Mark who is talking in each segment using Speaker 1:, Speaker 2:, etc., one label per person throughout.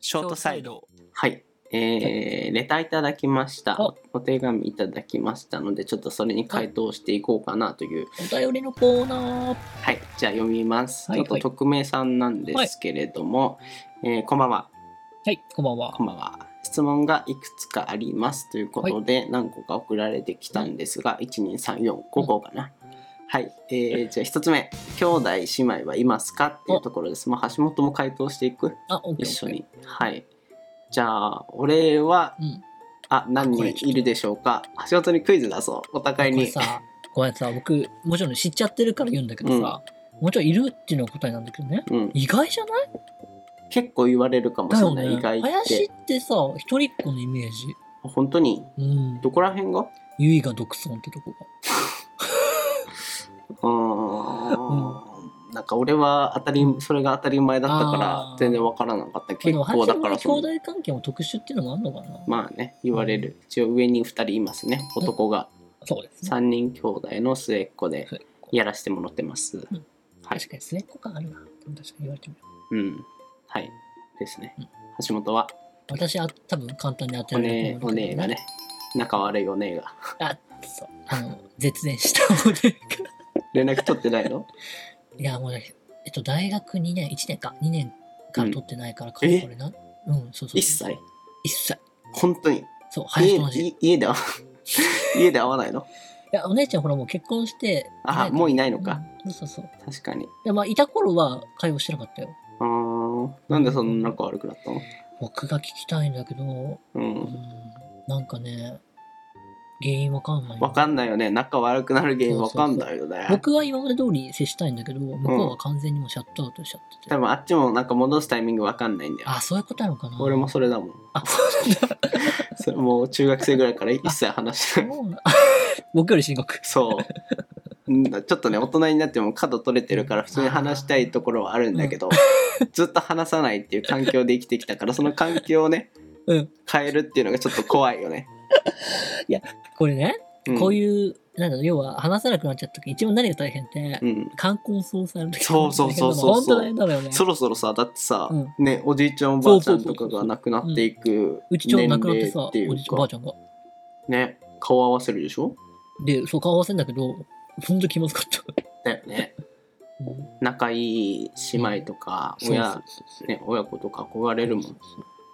Speaker 1: ショートサイド。
Speaker 2: はい。えーレターいただきました
Speaker 3: お。
Speaker 2: お手紙いただきましたので、ちょっとそれに回答していこうかなという。
Speaker 3: お便りのコーナー。
Speaker 2: はい。じゃあ読みます。
Speaker 3: はい
Speaker 2: ちょっと匿名さんなんですけれども、えーこんばんは。
Speaker 3: はい、こんばんは
Speaker 2: こ。んばんは。質問がいくつかありますということで、何個か送られてきたんですが、1、2、3、4、5個かな。はい、えーじゃあ1つ目、兄弟姉妹はいますかっていうところです。まあ、橋本も回答していく、
Speaker 3: あ、オッケー
Speaker 2: 一緒。に。はい。じゃあ、俺は、
Speaker 3: うん
Speaker 2: あ、何
Speaker 3: こ
Speaker 2: 人
Speaker 3: れちょっと
Speaker 2: いるでしょうか。橋本にクイズ出そう、お互い
Speaker 3: これ
Speaker 2: に。
Speaker 3: さ、ごめんさ、僕、もちろん知っちゃってるから言うんだけどさ、もちろんいるっていうのが答えなんだけどね。
Speaker 2: うん、
Speaker 3: 意外じゃない
Speaker 2: 結構言われるかも
Speaker 3: だ
Speaker 2: しれ
Speaker 3: よ
Speaker 2: ない、
Speaker 3: ね。
Speaker 2: 意外っ
Speaker 3: 林
Speaker 2: て。
Speaker 3: ってさ、一人っ子のイメージ。
Speaker 2: 本当に、
Speaker 3: うん。
Speaker 2: どこら辺が
Speaker 3: ゆいが独尊ってとこが。
Speaker 2: うーんなんか俺は当たりそれが当たり前だったから
Speaker 3: あー
Speaker 2: 全然わからなかった
Speaker 3: まあで
Speaker 2: 結
Speaker 3: も
Speaker 2: 構だから
Speaker 3: 林
Speaker 2: そ
Speaker 3: も
Speaker 2: の
Speaker 3: 兄弟関係も特殊っていうのもあんのかな。
Speaker 2: まあね言われる一応上に2人いますね男が
Speaker 3: そうですね。
Speaker 2: 3人兄弟の末っ子で
Speaker 3: そう
Speaker 2: やらせてもらってます
Speaker 3: うん
Speaker 2: はい
Speaker 3: 確かに末っ子感あるな。確かに言われてみよう。
Speaker 2: うんはいですね
Speaker 3: うん
Speaker 2: 橋本は
Speaker 3: 私は多分簡単に当て
Speaker 2: お
Speaker 3: られ
Speaker 2: 姉
Speaker 3: ると
Speaker 2: お
Speaker 3: 思うんだけど
Speaker 2: 姉がね仲悪いお姉が
Speaker 3: あ、そう。あの、絶縁したお姉が。
Speaker 2: 連絡取ってないの
Speaker 3: いや、もうね、えっと、大学2年、1年か、2年から取ってないから、か
Speaker 2: え
Speaker 3: これな。うん、そうそう。
Speaker 2: 一切
Speaker 3: 一切。
Speaker 2: 本当に
Speaker 3: そう、林
Speaker 2: 家
Speaker 3: と同じ。い
Speaker 2: い家で会わ 家で会わないの
Speaker 3: や、お姉ちゃんほら、もう結婚して。
Speaker 2: あもういないのか、
Speaker 3: うんそうそうそう。
Speaker 2: 確かに
Speaker 3: で、まあ、いた頃は会話してなかったよ。
Speaker 2: あーなんでそんな仲悪くなったの
Speaker 3: 僕が聞きたいんだけど、
Speaker 2: う
Speaker 3: うんん、なんかね、原因わかんない。
Speaker 2: わかんないよね。仲悪くなる原因わかんないよね。
Speaker 3: 僕は今まで通り接したいんだけど、向こうは完全にもうシャットアウトしちゃってて。
Speaker 2: 多分あっちもなんか戻すタイミングわかんないんだよ。
Speaker 3: あ、そういうことなのかな。
Speaker 2: 俺もそれだもん。
Speaker 3: あ、そうなんだ。
Speaker 2: それもう中学生ぐらいから一切話してない。
Speaker 3: そうなん 僕より深刻。
Speaker 2: そう。んちょっとね大人になっても角取れてるから普通に話したいところはあるんだけど、ずっと話さないっていう環境で生きてきたからその環境をね
Speaker 3: うん。
Speaker 2: 変えるっていうのがちょっと怖いよね。
Speaker 3: これね、
Speaker 2: うん、
Speaker 3: こういう、なんだろう、要は話さなくなっちゃった時、一番何が大変って、
Speaker 2: うん、
Speaker 3: 冠婚葬祭の時
Speaker 2: そうそうそうそう
Speaker 3: 本当大変なのよね。
Speaker 2: そろそろさだってさ、
Speaker 3: うん
Speaker 2: ねおじいちゃんおばあちゃんとかが亡くなっていく
Speaker 3: うちちょう
Speaker 2: 年
Speaker 3: ど亡くなっ
Speaker 2: 齢
Speaker 3: てさ、
Speaker 2: っ
Speaker 3: お
Speaker 2: て
Speaker 3: じ
Speaker 2: い
Speaker 3: いち
Speaker 2: う
Speaker 3: ゃん、おばあ
Speaker 2: か
Speaker 3: ちゃんが。
Speaker 2: ね顔合わせるでしょ
Speaker 3: で、そう顔合わせんだけど、ほんと気まずかった。
Speaker 2: だよね。
Speaker 3: うん
Speaker 2: 仲いい姉妹とか
Speaker 3: そう
Speaker 2: 親,、
Speaker 3: そうそう
Speaker 2: ね、親子とか憧れるも
Speaker 3: そうん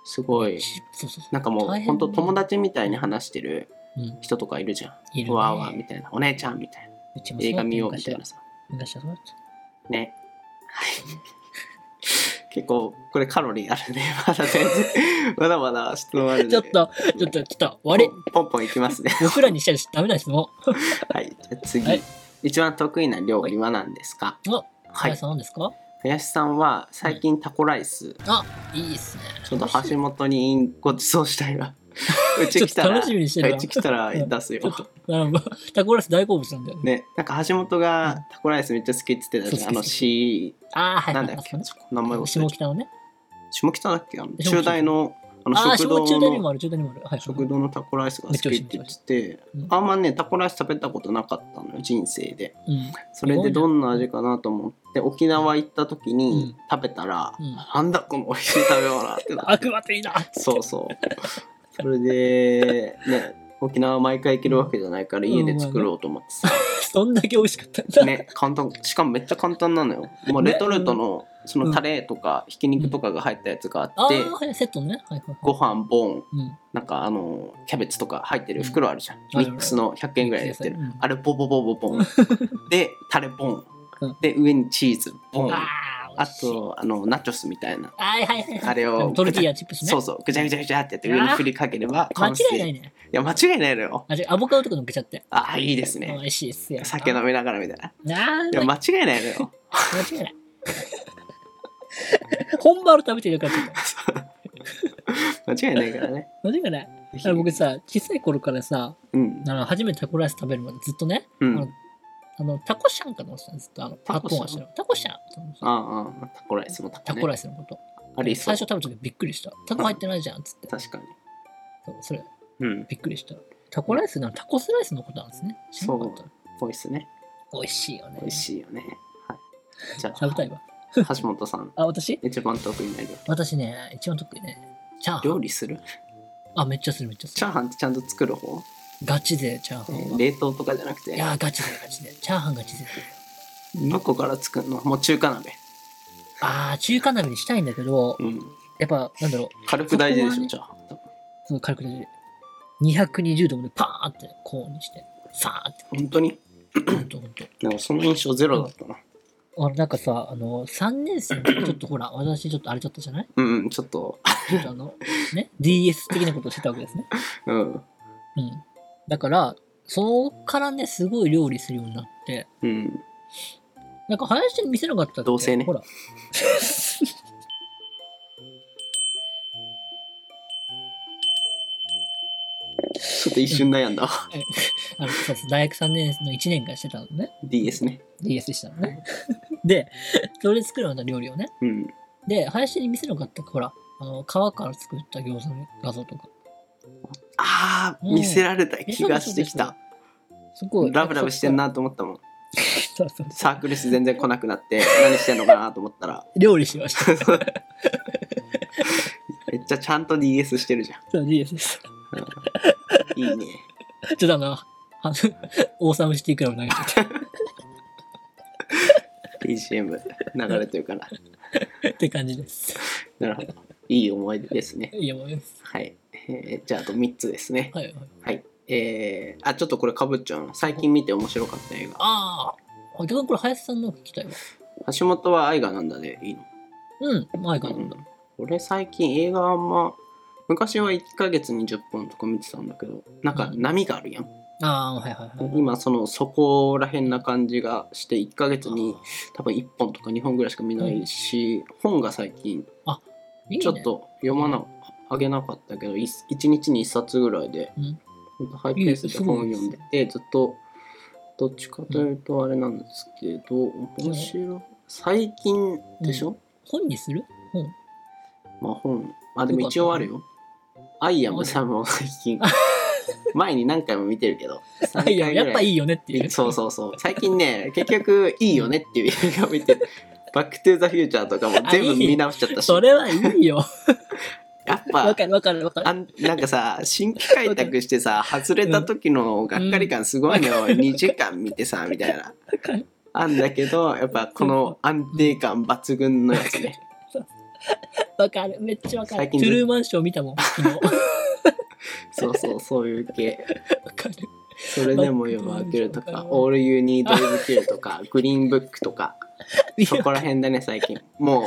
Speaker 2: すごい
Speaker 3: しそうそうそう
Speaker 2: なんかもう
Speaker 3: 大変
Speaker 2: ほんと友達みたいに話してる
Speaker 3: うん、
Speaker 2: 人とかいるじゃん、
Speaker 3: いる、ね。
Speaker 2: わーわーみたいなお姉ちゃんみたいな
Speaker 3: うちもそう
Speaker 2: 映
Speaker 3: だ
Speaker 2: 画
Speaker 3: った
Speaker 2: 見ようみ
Speaker 3: 昔
Speaker 2: たい
Speaker 3: は
Speaker 2: なさ
Speaker 3: 昔はそうだった
Speaker 2: ねはい 結構これカロリーあるね まだ全然 まだまだ質問あるね
Speaker 3: ちょっと、ちょっと、ちょっと、悪い。
Speaker 2: ポンポンいきますね
Speaker 3: 僕らにしちゃダメな質問。
Speaker 2: はいじゃあ次、
Speaker 3: はい
Speaker 2: 一番得意な料理は何ですか
Speaker 3: あ、
Speaker 2: は
Speaker 3: 林
Speaker 2: い
Speaker 3: さん何ですか
Speaker 2: 林さんは最近タコライス、
Speaker 3: いいっすね。
Speaker 2: ちょっと橋本にごちそうしたいわ。うち来た
Speaker 3: ちょっと
Speaker 2: ら、
Speaker 3: 楽しみにしてるわ
Speaker 2: うち来たら出すよ
Speaker 3: ちょ。 っと、なるほど。タコライス大好物なんだよね。
Speaker 2: ね、なんか橋本がタコライスめっちゃ好きって言ってたじゃん。あ
Speaker 3: そ
Speaker 2: の
Speaker 3: う好き好き
Speaker 2: C、
Speaker 3: ああ、はい。
Speaker 2: なんだっけ、
Speaker 3: あそ
Speaker 2: そこ
Speaker 3: こ
Speaker 2: 名前
Speaker 3: ね
Speaker 2: 忘れ
Speaker 3: 下
Speaker 2: ちゃっ
Speaker 3: 北のね。
Speaker 2: た。下北だっけあの
Speaker 3: 下北
Speaker 2: 中大のあ
Speaker 3: あ
Speaker 2: の
Speaker 3: あ、
Speaker 2: 食
Speaker 3: 小中大に
Speaker 2: 堂
Speaker 3: も
Speaker 2: の
Speaker 3: ある、中大にもある。はい。
Speaker 2: 食堂のタコライスが好きって言ってて
Speaker 3: うん、
Speaker 2: あんまね、タコライス食べたことなかったのよ、人生で。
Speaker 3: うん。
Speaker 2: それでどんな味かなと思って、沖縄行った時に
Speaker 3: う
Speaker 2: 食べたら、
Speaker 3: うん
Speaker 2: なんだこの美味しい食べ物ってなって
Speaker 3: 悪魔的な。
Speaker 2: そうそう。 それで、ね、沖縄毎回行けるわけじゃないから
Speaker 3: ん
Speaker 2: 家で作ろうと思ってさ、
Speaker 3: そんだけ美味しかったんだ。
Speaker 2: ね、簡単、しかもめっちゃ簡単なのよ。もうレトルトのそのタレとかひき肉とかが入ったやつがあ
Speaker 3: あ
Speaker 2: っ
Speaker 3: あ、
Speaker 2: て、
Speaker 3: はい。セットのね。はいはいは
Speaker 2: ご飯ボン、
Speaker 3: い。うん。
Speaker 2: なんかあの、キャベツとか入ってる袋あるじゃん。
Speaker 3: うん
Speaker 2: ミックスの100円ぐらいで売ってる
Speaker 3: う。ん
Speaker 2: あれボボボボボン。で、タレボン
Speaker 3: うん。
Speaker 2: で、上にチーズボン。
Speaker 3: ああ、
Speaker 2: あと、あの、ナチョスみたいな。
Speaker 3: はいはいはい。
Speaker 2: あれを
Speaker 3: トルティーヤチップスね。
Speaker 2: そうそう、ぐちゃぐちゃぐちゃってやって上に振りかければ
Speaker 3: 間
Speaker 2: 完成。
Speaker 3: 違いない
Speaker 2: い
Speaker 3: ね。
Speaker 2: や、間違いないのよ。
Speaker 3: あ、違うアボカドとか乗っけちゃって。
Speaker 2: ああ、いいです
Speaker 3: 美
Speaker 2: ね。
Speaker 3: 味しいっすよ。
Speaker 2: 酒飲みながらみたいな。
Speaker 3: なん
Speaker 2: い
Speaker 3: だ
Speaker 2: や、間違いないのよ。
Speaker 3: 間違いない。本場の食べてるからちょっと。
Speaker 2: 間違いないから ね。
Speaker 3: 間違いない。だから僕さ、小さい頃からさ、
Speaker 2: うん。
Speaker 3: あの初めてタコライス食べるまでずっとね、
Speaker 2: う
Speaker 3: あの
Speaker 2: ん。
Speaker 3: あのタコシャンかと思ってたのずっとあの
Speaker 2: タ
Speaker 3: タ
Speaker 2: コ
Speaker 3: コ
Speaker 2: シャン
Speaker 3: シャンタコシャンと思ってた
Speaker 2: ああ、タコライスもタ
Speaker 3: タ
Speaker 2: コ
Speaker 3: コ
Speaker 2: ね。
Speaker 3: ライスのこと、
Speaker 2: ありそ
Speaker 3: 最
Speaker 2: う
Speaker 3: 初。食べた時びっくりしたタコ入ってないじゃんっつって
Speaker 2: 確かに。
Speaker 3: そうそれ
Speaker 2: うん。
Speaker 3: びっくりしたタコライスなのタコスライスのことなんですね知らなかった
Speaker 2: 美味しいね。
Speaker 3: 美味しいよね
Speaker 2: 美味しいよね。はい。じゃあ、
Speaker 3: 食べたいわ
Speaker 2: 橋本さん
Speaker 3: あ、私
Speaker 2: 一番得意な料理
Speaker 3: 私ね、一番得意ね。チャーハン。
Speaker 2: 料理する
Speaker 3: あ、めっちゃする、めっちゃす
Speaker 2: チャー
Speaker 3: る。
Speaker 2: ハンってちゃんと作る方、
Speaker 3: ガチでチャーハ
Speaker 2: え
Speaker 3: ン
Speaker 2: ー
Speaker 3: は。
Speaker 2: 冷凍とかじゃなく
Speaker 3: い
Speaker 2: て
Speaker 3: やー、ガチでガチで。チャーハンガチで。
Speaker 2: 向こうから作るのもう中華鍋、
Speaker 3: あー、中華鍋にしたいんだけど、
Speaker 2: うん、
Speaker 3: やっぱ、なんだろう、
Speaker 2: 軽く大事でしょ、
Speaker 3: そこはね
Speaker 2: チャーハン多分
Speaker 3: その軽くで220度までパーンって、こうにして、さーって、
Speaker 2: 本当に
Speaker 3: ほんとほんと。
Speaker 2: なんかその印象ゼロだったな
Speaker 3: あの、なんかさ、あの、3年生の時ちょっと ほら、私ちょっと荒れちゃったじゃない
Speaker 2: うん、うん、ちょっと
Speaker 3: ちょっとあの、ね、DS 的なことをしてたわけですね。
Speaker 2: うん
Speaker 3: うん。だから、そこからね、すごい料理するようになって、
Speaker 2: うん
Speaker 3: なんか林に見せなかったって。
Speaker 2: 同性ね
Speaker 3: ほら。
Speaker 2: ちょっと一瞬悩んだわ
Speaker 3: あの、そうそう大学3年の1年間してたのね。
Speaker 2: DS ね
Speaker 3: DS でしたのね。 で、それで作るような料理をね。
Speaker 2: うん
Speaker 3: で、林に見せなかったから、ほら、あの、皮から作った餃子の画像とか。
Speaker 2: あー
Speaker 3: うん
Speaker 2: 見せられた気がしてきた
Speaker 3: すごい。
Speaker 2: ラブラブしてん。なと思ったもん
Speaker 3: そうそうそう
Speaker 2: サークル室全然来なくなって何してんのかなと思ったら
Speaker 3: 料理しました。
Speaker 2: めっちゃちゃんと DS してるじゃん
Speaker 3: そう DS でした。
Speaker 2: いいね
Speaker 3: ちょっとあの、あのオーサムシティクラブ投げて
Speaker 2: BGM 流れてるから
Speaker 3: って感じです。
Speaker 2: なるほどいい思い出ですね
Speaker 3: いや、もうです。
Speaker 2: はい、えーじゃああと3つですね
Speaker 3: はいはい。
Speaker 2: はいえー、あちょっとこれかぶっちゃうな最近見て面白かった映画
Speaker 3: ああ、逆にこれ林さんの聞きたいわ。
Speaker 2: 橋本は愛がなんだでいいの
Speaker 3: うん、前か
Speaker 2: う
Speaker 3: らなん
Speaker 2: ん
Speaker 3: だ。
Speaker 2: 俺最近映画あんま昔は1ヶ月に10本とか見てたんだけどなんか波があるやん、
Speaker 3: ああー、はいはいはい。
Speaker 2: 今そのそこら辺な感じがして1ヶ月に多分1本とか2本ぐらいしか見ないし、本が最近
Speaker 3: いいね
Speaker 2: ちょっ、と読まな、あげなかったけど1日に1冊ぐらいで、
Speaker 3: うん
Speaker 2: ほんとハイペースで本を読んでてずっとどっちかというとあれなんですけど、面白い最近でしょ、
Speaker 3: 本にする本。
Speaker 2: まあ本、あでも一応あるよ。アイアムサムを最近。 前に何回も見てるけど。3
Speaker 3: いや、やっぱい
Speaker 2: い
Speaker 3: いよねっていう。
Speaker 2: そうそうそう。最近ね、結局いいよねっていう映画を 見てる。バックトゥーザフューチャーとかも全部見直しちゃったし
Speaker 3: そ。れはいいよ。
Speaker 2: やっ
Speaker 3: わ
Speaker 2: ぱ、
Speaker 3: かるわかるわか
Speaker 2: あ
Speaker 3: る。
Speaker 2: んなんかさ、新規開拓してさ、外れた時のがっかり感すごいのよ。2時間見てさ、みたいな。
Speaker 3: わかる
Speaker 2: あんだけど、やっぱこの安定感抜群のやつね。
Speaker 3: わかる。めっちゃわかる。
Speaker 2: 最
Speaker 3: ト
Speaker 2: 近ず
Speaker 3: ゥルーマンショー見たもん。 昨日わ
Speaker 2: そうそう、そういう系。
Speaker 3: かる。
Speaker 2: それでも夜は明けるとか、オールユニードイズキルとか、グリーンブックとか、
Speaker 3: 見
Speaker 2: そ
Speaker 3: よ
Speaker 2: こら辺だね、最近。もう、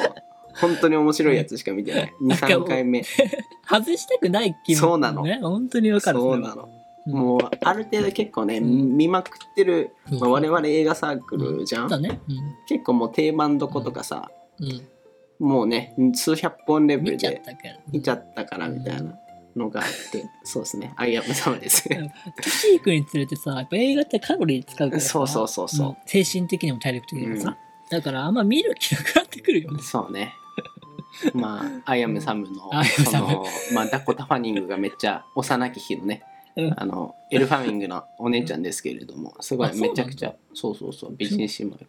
Speaker 2: 本当に面白いやつしか見て ない。2、3回目。
Speaker 3: 外したくない気分、ね。
Speaker 2: そうなの
Speaker 3: 本当にわかる。
Speaker 2: そうなの。
Speaker 3: うん
Speaker 2: もう、ある程度結構ね、
Speaker 3: うん
Speaker 2: 見まくってる、
Speaker 3: それ
Speaker 2: まあ
Speaker 3: は。
Speaker 2: 我々映画サークルじゃ。
Speaker 3: そうんだね。
Speaker 2: 結構もう定番どことかさ、
Speaker 3: うん。うん
Speaker 2: もうね、数百本レベル
Speaker 3: 見ちゃっ
Speaker 2: で
Speaker 3: たから。
Speaker 2: 見ちゃったからみたいなのがあって、そうですね、アイアム様ですね。
Speaker 3: 年行くにつれてさ、やっぱ映画ってカロリー使うから さ。
Speaker 2: そうそうそうそうん
Speaker 3: 精神的にも体力的にもさ。
Speaker 2: うん
Speaker 3: だからあんま見る気なくなってくるよね。
Speaker 2: そうね。まあ、アイアムサムの、
Speaker 3: I am
Speaker 2: その、まあ、ダコタ・ファニングがめっちゃ幼き日のね
Speaker 3: うん、
Speaker 2: あの、エル・ファミングのお姉ちゃんですけれども、すご い
Speaker 3: あそうな
Speaker 2: め
Speaker 3: んだ
Speaker 2: ちゃくちゃ、そうそうそう、美人姉妹が。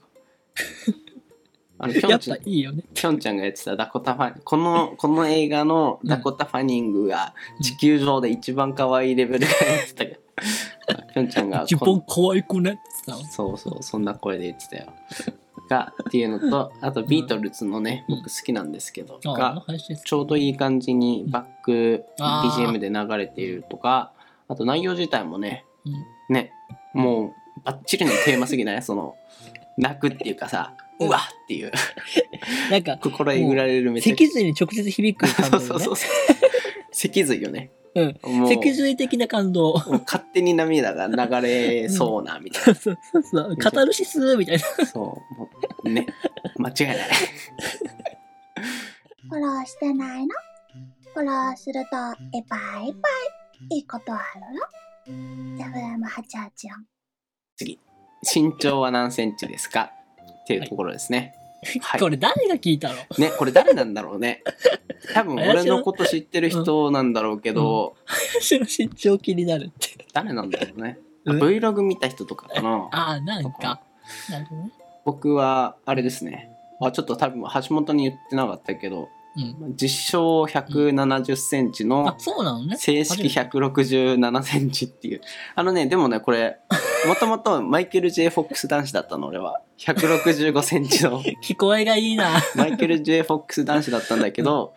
Speaker 2: あの、ピョ
Speaker 3: や
Speaker 2: ン
Speaker 3: っ
Speaker 2: ちゃ
Speaker 3: ぱ
Speaker 2: ん
Speaker 3: い。いよね。
Speaker 2: ピョンちゃんがやってたダコタファこのこの映画のダコタ・ファニングが地球上で一番可愛いレベルでやって たからピョンちゃんが
Speaker 3: 一
Speaker 2: こん
Speaker 3: 番可愛くねってさ。
Speaker 2: そうそうそんな声で言ってたよ。 がっていうのとあとビートルズのね、
Speaker 3: うん
Speaker 2: 僕好きなんですけど、
Speaker 3: ああの
Speaker 2: が
Speaker 3: 話です
Speaker 2: ちょうどいい感じにバック
Speaker 3: あー
Speaker 2: BGM で流れているとかあと内容自体もね
Speaker 3: うん
Speaker 2: ねもうバッチリのテーマすぎない その泣くっていうかさ
Speaker 3: うん
Speaker 2: うわっていう
Speaker 3: なんか、
Speaker 2: 心えぐられるめちゃく
Speaker 3: 脊
Speaker 2: ち
Speaker 3: 髄に直接響く
Speaker 2: ゃ
Speaker 3: 感動、
Speaker 2: そう
Speaker 3: ね。
Speaker 2: そうそうそ う脊髄よね、
Speaker 3: うん
Speaker 2: もう
Speaker 3: 脊髄的な感動。
Speaker 2: もう勝手に涙が流れそうなみたいな
Speaker 3: そうそうそう。カタルシスみたいな。
Speaker 2: そう、もうね、間違いない。
Speaker 1: フォローしてないのフォローすると、えばいばい。いいことあるよ。FM884。
Speaker 2: 身長は何センチですかっていうところですね。はい
Speaker 3: これ誰が聞いたの
Speaker 2: ね、これ誰なんだろう ね。多分俺のこと知ってる人なんだろうけど、
Speaker 3: 私の身長気になるって。
Speaker 2: 誰なんだろうね。あ
Speaker 3: うん
Speaker 2: Vlog 見た人とかかな。
Speaker 3: ああ、なんか。なるほどね。
Speaker 2: 僕は、あれですね。あちょっと多分橋本に言ってなかったけど
Speaker 3: うん。
Speaker 2: 実証170センチ
Speaker 3: あ
Speaker 2: の、
Speaker 3: そうなのね。
Speaker 2: 正式167センチっていうあのねでもねこれもともとマイケル・ J ・フォックス男子だったの俺は165セン チの
Speaker 3: 聞こえがいいな。
Speaker 2: マイケル・ J ・フォックス男子だったんだけど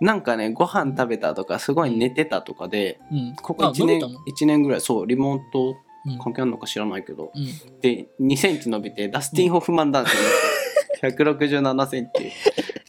Speaker 3: うん。
Speaker 2: なんかねご飯食べたとかすごい寝てたとかで
Speaker 3: うん。
Speaker 2: ここ
Speaker 3: あ
Speaker 2: 1
Speaker 3: 伸び
Speaker 2: 年
Speaker 3: たの
Speaker 2: 1年ぐらいそうリモート
Speaker 3: うん
Speaker 2: 関係あるのか知らないけど
Speaker 3: うん。
Speaker 2: で2センチ伸びてダスティン・ホフマン男子になった167センチ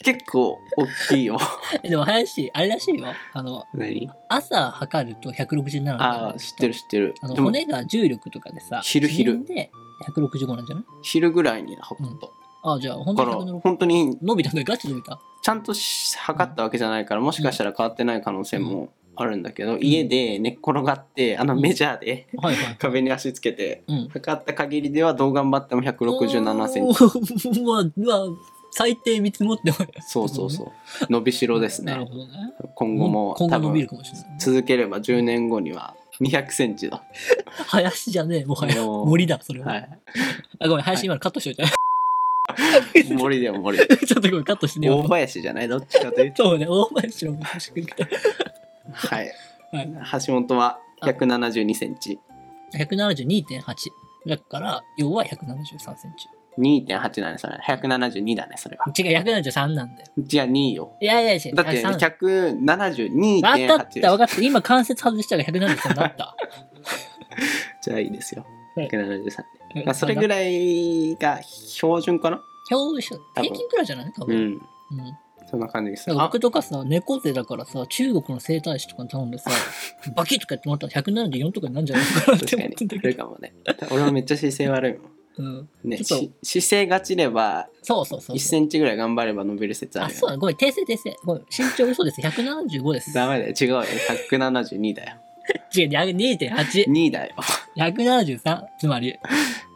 Speaker 2: 結構大 きいよ
Speaker 3: えでも、林、あれらしいよ。あの、
Speaker 2: 何
Speaker 3: 朝測ると167なんだよ
Speaker 2: ああ知ってる知ってる
Speaker 3: あの
Speaker 2: でも
Speaker 3: 骨が重力とかでさ、
Speaker 2: 昼昼
Speaker 3: 記念で165なんじゃない
Speaker 2: 昼ぐらいに測った、
Speaker 3: ああ、じゃあ、本
Speaker 2: だ
Speaker 3: 当
Speaker 2: か
Speaker 3: に
Speaker 2: ら
Speaker 3: 160
Speaker 2: 本当に
Speaker 3: 伸びた ね。ガチ伸びた。
Speaker 2: ちゃんとし測ったわけじゃないからもしかしたら変わってない可能性もあるんだけど、家で寝っ転がってあのメジャーで
Speaker 3: はいはい。
Speaker 2: 壁に足つけて
Speaker 3: うん。
Speaker 2: 測った限りではどう頑張っても167センチ
Speaker 3: ン チ。うわ、うわ、最低見積もっても
Speaker 2: そうそうそう伸びしろです
Speaker 3: な
Speaker 2: ね
Speaker 3: るほどね。
Speaker 2: 今後も
Speaker 3: 今
Speaker 2: 多
Speaker 3: 後伸び
Speaker 2: 分
Speaker 3: るかもしれない。
Speaker 2: 続ければ10年後には200センチだ
Speaker 3: 林じゃねえ、もはや。
Speaker 2: もう
Speaker 3: 森だ、それは。
Speaker 2: はい
Speaker 3: あ、ごめん、林今のカットしといて。
Speaker 2: 森でも森で
Speaker 3: ちょっとごめん、カットしてね。
Speaker 2: 大林じゃないどっちかというと
Speaker 3: そうね、大林の昔くんって。
Speaker 2: はい
Speaker 3: はい
Speaker 2: 橋本は172センチ
Speaker 3: 172.8。だから、要は173センチ。
Speaker 2: 2.8なんですよね172だねそれは
Speaker 3: 違う、173なんだよ。
Speaker 2: じゃあ2よ
Speaker 3: いやいやいや、
Speaker 2: だって
Speaker 3: 173
Speaker 2: 172.8
Speaker 3: わかっ
Speaker 2: です
Speaker 3: た、わかった。今、関節外したから173だ った。
Speaker 2: じゃあいいですよ
Speaker 3: はい
Speaker 2: 173で、まあ、それぐ
Speaker 3: い。
Speaker 2: らいが標準かな
Speaker 3: 標準
Speaker 2: 多分
Speaker 3: 平均くらいじゃない多
Speaker 2: う
Speaker 3: 分。
Speaker 2: ん
Speaker 3: うん。
Speaker 2: そんな感じです
Speaker 3: だから
Speaker 2: あ
Speaker 3: 僕とかさ、猫背だからさ、中国の整体師とかに頼んで さ、バキッとかやってもらったら174とかになるんじゃないかなって
Speaker 2: 確
Speaker 3: 思
Speaker 2: か
Speaker 3: っ
Speaker 2: に
Speaker 3: てんだ
Speaker 2: そ
Speaker 3: け
Speaker 2: れ
Speaker 3: ど。
Speaker 2: かもね俺もめっちゃ姿勢悪いも
Speaker 3: うん。
Speaker 2: んね
Speaker 3: ちょっ
Speaker 2: し姿勢がちれば
Speaker 3: そうそうそう
Speaker 2: 1。センチぐらい頑張れば伸びる説あ
Speaker 3: あ、
Speaker 2: る
Speaker 3: そ
Speaker 2: よ、
Speaker 3: うだ、
Speaker 2: ね、
Speaker 3: ごめん、訂正訂正。ごめん、身長嘘です。175です。
Speaker 2: ダメだよ違うよ172だよ
Speaker 3: 違う、2.8。
Speaker 2: 2だよ
Speaker 3: 173。つまり、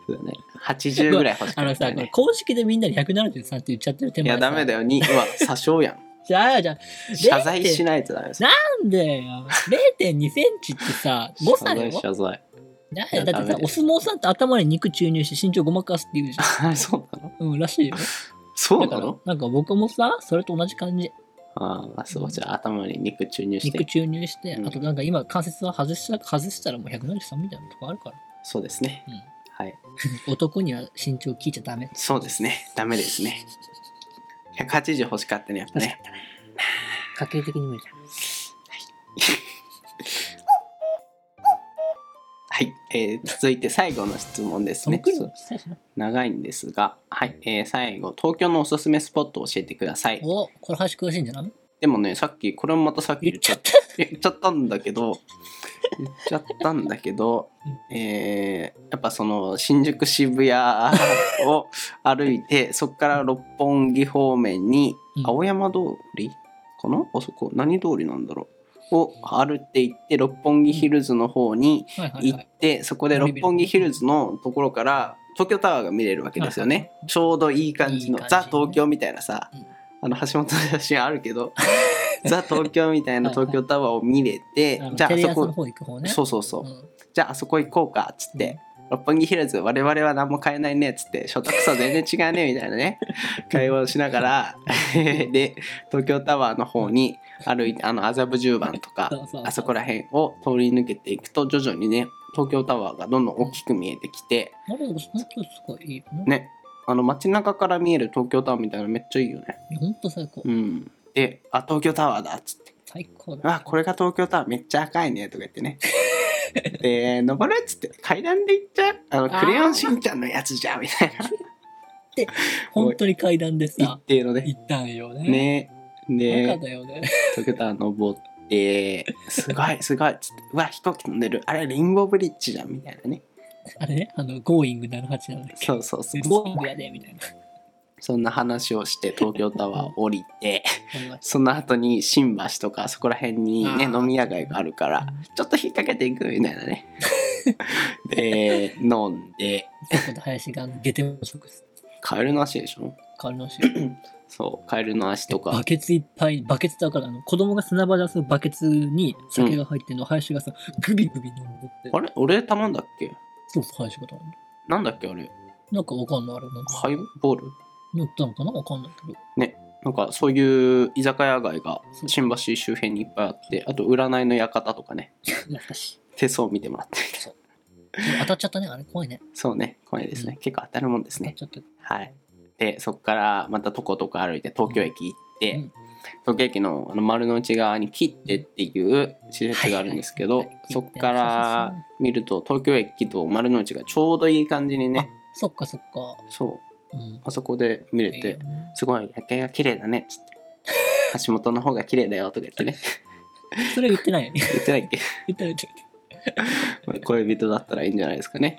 Speaker 2: そうだね80ぐらい欲し
Speaker 3: あ
Speaker 2: か
Speaker 3: の
Speaker 2: った
Speaker 3: さ、
Speaker 2: よ
Speaker 3: これ
Speaker 2: ね
Speaker 3: 公式でみんなに173って言っちゃってる手
Speaker 2: い
Speaker 3: 前
Speaker 2: やダメだ
Speaker 3: よ。
Speaker 2: よ2は詐称やん
Speaker 3: じゃあ、じゃあ、
Speaker 2: 謝罪しないとダメです
Speaker 3: なんだよ。0.2センチって さ、誤差
Speaker 2: 謝
Speaker 3: だよ
Speaker 2: 罪。謝罪
Speaker 3: だ
Speaker 2: いや
Speaker 3: だって
Speaker 2: ダメだよ、
Speaker 3: さお相撲さんって頭に肉注入して身長ごまかすって言うじゃ
Speaker 2: あそうなの
Speaker 3: ん。うん、らしいよ。
Speaker 2: そう
Speaker 3: だ
Speaker 2: な
Speaker 3: から
Speaker 2: の、
Speaker 3: なんか僕もさ、それと同じ感じ。
Speaker 2: ああそうじゃあ頭に肉注入して
Speaker 3: 肉注入して、
Speaker 2: うん
Speaker 3: あとなんか今関節は外した外したらもう173みたいなとこあ るから。
Speaker 2: そうですね
Speaker 3: うん
Speaker 2: はい
Speaker 3: 男には身長聞いちゃダメ。
Speaker 2: そうですねダメですね180欲しかったねやっぱね
Speaker 3: 家計的に無理だ。
Speaker 2: はい、えー続いて最後の質問です
Speaker 3: その
Speaker 2: ね
Speaker 3: くらいはしたいしな。
Speaker 2: 長いんですがはい、えー最後東京のおすすめスポットを教えてください
Speaker 3: おこれ話詳しいんじゃない
Speaker 2: でもねさっきこれもまたさっき
Speaker 3: 言っちゃった。
Speaker 2: 言っちゃったんだけど言っちゃったんだけど、えーやっぱその新宿渋谷を歩いてそこから六本木方面に
Speaker 3: うん
Speaker 2: 青山通りかなあそこ何通りなんだろうを歩いて行って六本木ヒルズの方に
Speaker 3: はいはい
Speaker 2: 行
Speaker 3: は
Speaker 2: っ
Speaker 3: い。
Speaker 2: てそこで六本木ヒルズのところから東京タワーが見れるわけですよね、
Speaker 3: はいはいはい
Speaker 2: ちょうどいい感じの
Speaker 3: いい感じ
Speaker 2: ザ東京みたいなさ、
Speaker 3: うん
Speaker 2: あの橋本の写真あるけ どザ東京みたいな東京タワーを見れて
Speaker 3: あの
Speaker 2: じゃあ
Speaker 3: テ
Speaker 2: あ
Speaker 3: レ
Speaker 2: そ
Speaker 3: 朝の
Speaker 2: こ、
Speaker 3: 方行く方ね。
Speaker 2: そうそうそう、
Speaker 3: うん
Speaker 2: じゃああそこ行こうかっつって、六本木ヒルズ我々は何も買えないねっつって所得層全然違うねみたいな ね会話をしながらで東京タワーの方に歩いてあの麻布十番とか
Speaker 3: そうそうそう
Speaker 2: あそこら辺を通り抜けていくと徐々にね東京タワーがどんどん大きく見えてきて
Speaker 3: なるほど、その人すごいいいよね。
Speaker 2: ねあの街中から見える東京タワーみたいなのめっちゃいいよね。
Speaker 3: ほんと最高
Speaker 2: う。ん、で「あ東京タワーだ」っつって
Speaker 3: 最
Speaker 2: 「
Speaker 3: 高だ。
Speaker 2: あこれが東京タワーめっちゃ赤いね」とか言って ねで登るっつって階段で行っちゃうあの
Speaker 3: あー
Speaker 2: クレヨンしんちゃんのやつじゃんみたいな
Speaker 3: 本当に階段でさ
Speaker 2: 一、定のね
Speaker 3: 行ったんよね。
Speaker 2: ね
Speaker 3: バ
Speaker 2: で
Speaker 3: カだよね。
Speaker 2: 東京タワー登って「すごいすごい」っつって「うわ飛行機飛んでるあれレインボーブリッジじゃん」みたいなね
Speaker 3: あれね、あの、Going78 なんだっけ
Speaker 2: そうそうそう
Speaker 3: ゴーイングやで、みたいな。
Speaker 2: そんな話をして東京タワー降りて
Speaker 3: 思いまし
Speaker 2: その後に新橋とかそこら辺にね
Speaker 3: あー
Speaker 2: 飲み屋街があるか
Speaker 3: た
Speaker 2: らちょっと引っ掛けていくみたいな ね。で、飲んで、
Speaker 3: そこで林がゲテモノ食す。
Speaker 2: カエルの足でしょ
Speaker 3: 変わりましたよ。
Speaker 2: そう、カエルの足と
Speaker 3: バ
Speaker 2: か。
Speaker 3: ケツいっぱい、バケツだから、あの子供が砂場で遊ぶバケツに酒が入ってんの、林がさ、グビグビ飲んでって。
Speaker 2: あれ俺頼んだっけ
Speaker 3: そうそう、林が頼んだ。
Speaker 2: なんだっけあれ
Speaker 3: なんかわかんない、あれなんか。
Speaker 2: ハイボール
Speaker 3: 乗ったのかなわかんないけど。
Speaker 2: なんかそういう居酒屋街が新橋周辺にいっぱいあってあと占いの館とかね
Speaker 3: 懐かしい。
Speaker 2: 手相見てもらってみたいな
Speaker 3: でも当たっちゃったね。あれ怖いね。
Speaker 2: そうね怖いですね結構当たるもんです
Speaker 3: 当たっ
Speaker 2: ね
Speaker 3: ちゃった。
Speaker 2: はいでそこからまたとことこ歩いて東京駅行って、
Speaker 3: うん
Speaker 2: 東京駅のあの丸の内側に切手っていう施設があるんですけど、
Speaker 3: はいはいはい
Speaker 2: そこから見ると東京駅と丸の内がちょうどいい感じにね
Speaker 3: そっかそっか。
Speaker 2: そう
Speaker 3: うん。
Speaker 2: あそこで見れ
Speaker 3: いいよ
Speaker 2: て
Speaker 3: ね
Speaker 2: すごい夜景が綺麗だねっつって橋本の方が綺麗だよとか言ってね
Speaker 3: それ言ってないよね。
Speaker 2: 言ってないっけ
Speaker 3: 言ってない言ってない
Speaker 2: まあ恋人だったらいいんじゃないですか ね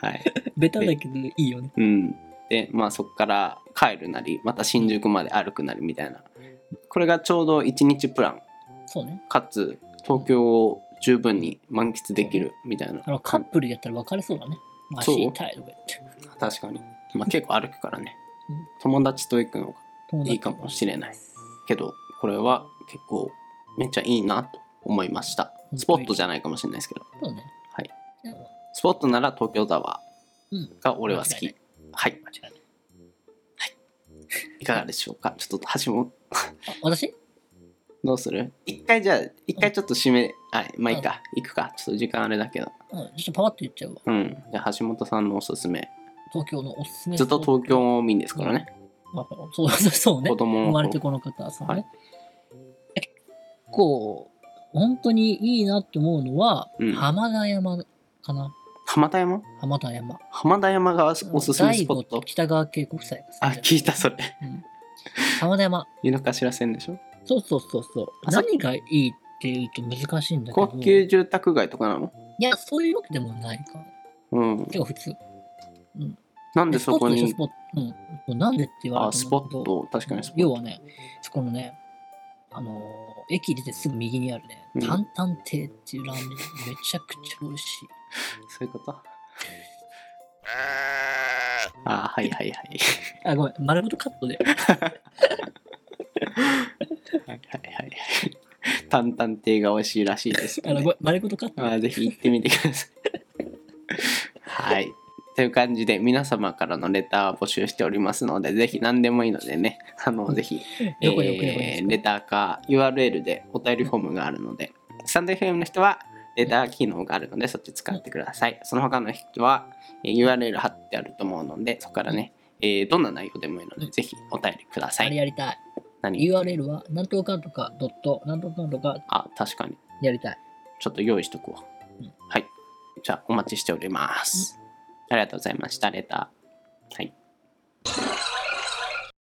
Speaker 2: はい
Speaker 3: ベタだけどいいよね。
Speaker 2: うんでまあそこから帰るなりまた新宿まで歩くなりみたいなこれがちょうど1日プラン
Speaker 3: そうね。
Speaker 2: かつ東京を十分に満喫できるみたいな
Speaker 3: あのカップルでやったら別れそうだね。
Speaker 2: そう
Speaker 3: 足痛いとか言って。
Speaker 2: 確かに、まあ、結構歩くからね
Speaker 3: うん
Speaker 2: 友達と行くのが
Speaker 3: 友
Speaker 2: いいかもしれないけどこれは結構めっちゃいいなと思いましたスポットじゃないかもしれないですけど
Speaker 3: そうね。
Speaker 2: はい
Speaker 3: でも。
Speaker 2: スポットなら東京タワ
Speaker 3: うん。
Speaker 2: ーが俺は好き
Speaker 3: 間違
Speaker 2: はい
Speaker 3: 間違いない。
Speaker 2: いかがでしょうかちょっと橋本
Speaker 3: あ、私
Speaker 2: どうする一回じゃあ一回ちょっと締めはいまあいいか行くかちょっと時間あれだけど
Speaker 3: うん。ちょっとパワッと言っちゃうわ。
Speaker 2: うんじゃあ橋本さんのおすすめ
Speaker 3: 東京のおすすめ
Speaker 2: ずっと東京民ですからね
Speaker 3: まあ そうそうそうね。
Speaker 2: 子供の頃
Speaker 3: 生まれてこの方、そうね。
Speaker 2: はい
Speaker 3: 結構、本当にいいなって思うのは、
Speaker 2: うん
Speaker 3: 浜田山かな。
Speaker 2: 浜田山
Speaker 3: 浜田山。
Speaker 2: 浜田山がおすすめスポッ
Speaker 3: 醍醐
Speaker 2: ト
Speaker 3: と北川景子夫妻が
Speaker 2: あ
Speaker 3: 住んでる
Speaker 2: 聞いたそれ
Speaker 3: うん浜田山。
Speaker 2: 井の頭線でしょ
Speaker 3: そうそうそうそう。
Speaker 2: あさ
Speaker 3: 何がいいっていうと難しいんだけど。
Speaker 2: 高級住宅街とかなの
Speaker 3: いや、そういうわけでもないかな。
Speaker 2: うん
Speaker 3: 結構普通。
Speaker 2: なんでそこ
Speaker 3: スポットでしょ
Speaker 2: に
Speaker 3: スポットうん。そうなんでって言わ
Speaker 2: あ
Speaker 3: れて
Speaker 2: ス
Speaker 3: も
Speaker 2: ポット確かにスポッ
Speaker 3: 要
Speaker 2: ト
Speaker 3: はね、そこのね、あのー駅出てすぐ右にあるね、
Speaker 2: うん
Speaker 3: タンタン亭っていうラーメン、めちゃくちゃ美味しい。
Speaker 2: そういうことああはいはいはい
Speaker 3: あ、ごめん、丸ごとカッ トで。
Speaker 2: はいはいはい はい。担々亭が美味しいらしいです、
Speaker 3: あの、ご
Speaker 2: ね
Speaker 3: め。ん、丸ごとカット
Speaker 2: まあ、ぜひ行ってみてください。はい。という感じで皆様からのレターを募集しておりますので、ぜひ何でもいいのでね、あの、ぜ ひ、
Speaker 3: で。どこに送ればいい
Speaker 2: え
Speaker 3: ん
Speaker 2: ー
Speaker 3: で
Speaker 2: レ
Speaker 3: すか
Speaker 2: ターか URL でお便りフォームがあるので、スタンド FM の人はレター機能があるので、そっち使ってください。その他の人は、えー URL 貼ってあると思うので、そこからね、えーどんな内容でもいいので、ぜひお便りくださ
Speaker 3: あれ
Speaker 2: い。
Speaker 3: やりたい。
Speaker 2: 何
Speaker 3: URL は、なんとかとか、ドット、なんとかとか、
Speaker 2: あ、確かに。
Speaker 3: やりたい。
Speaker 2: ちょっと用意しとくわ。
Speaker 3: うん
Speaker 2: はい。じゃあ、お待ちしております。ありがとうございました、レター。はい。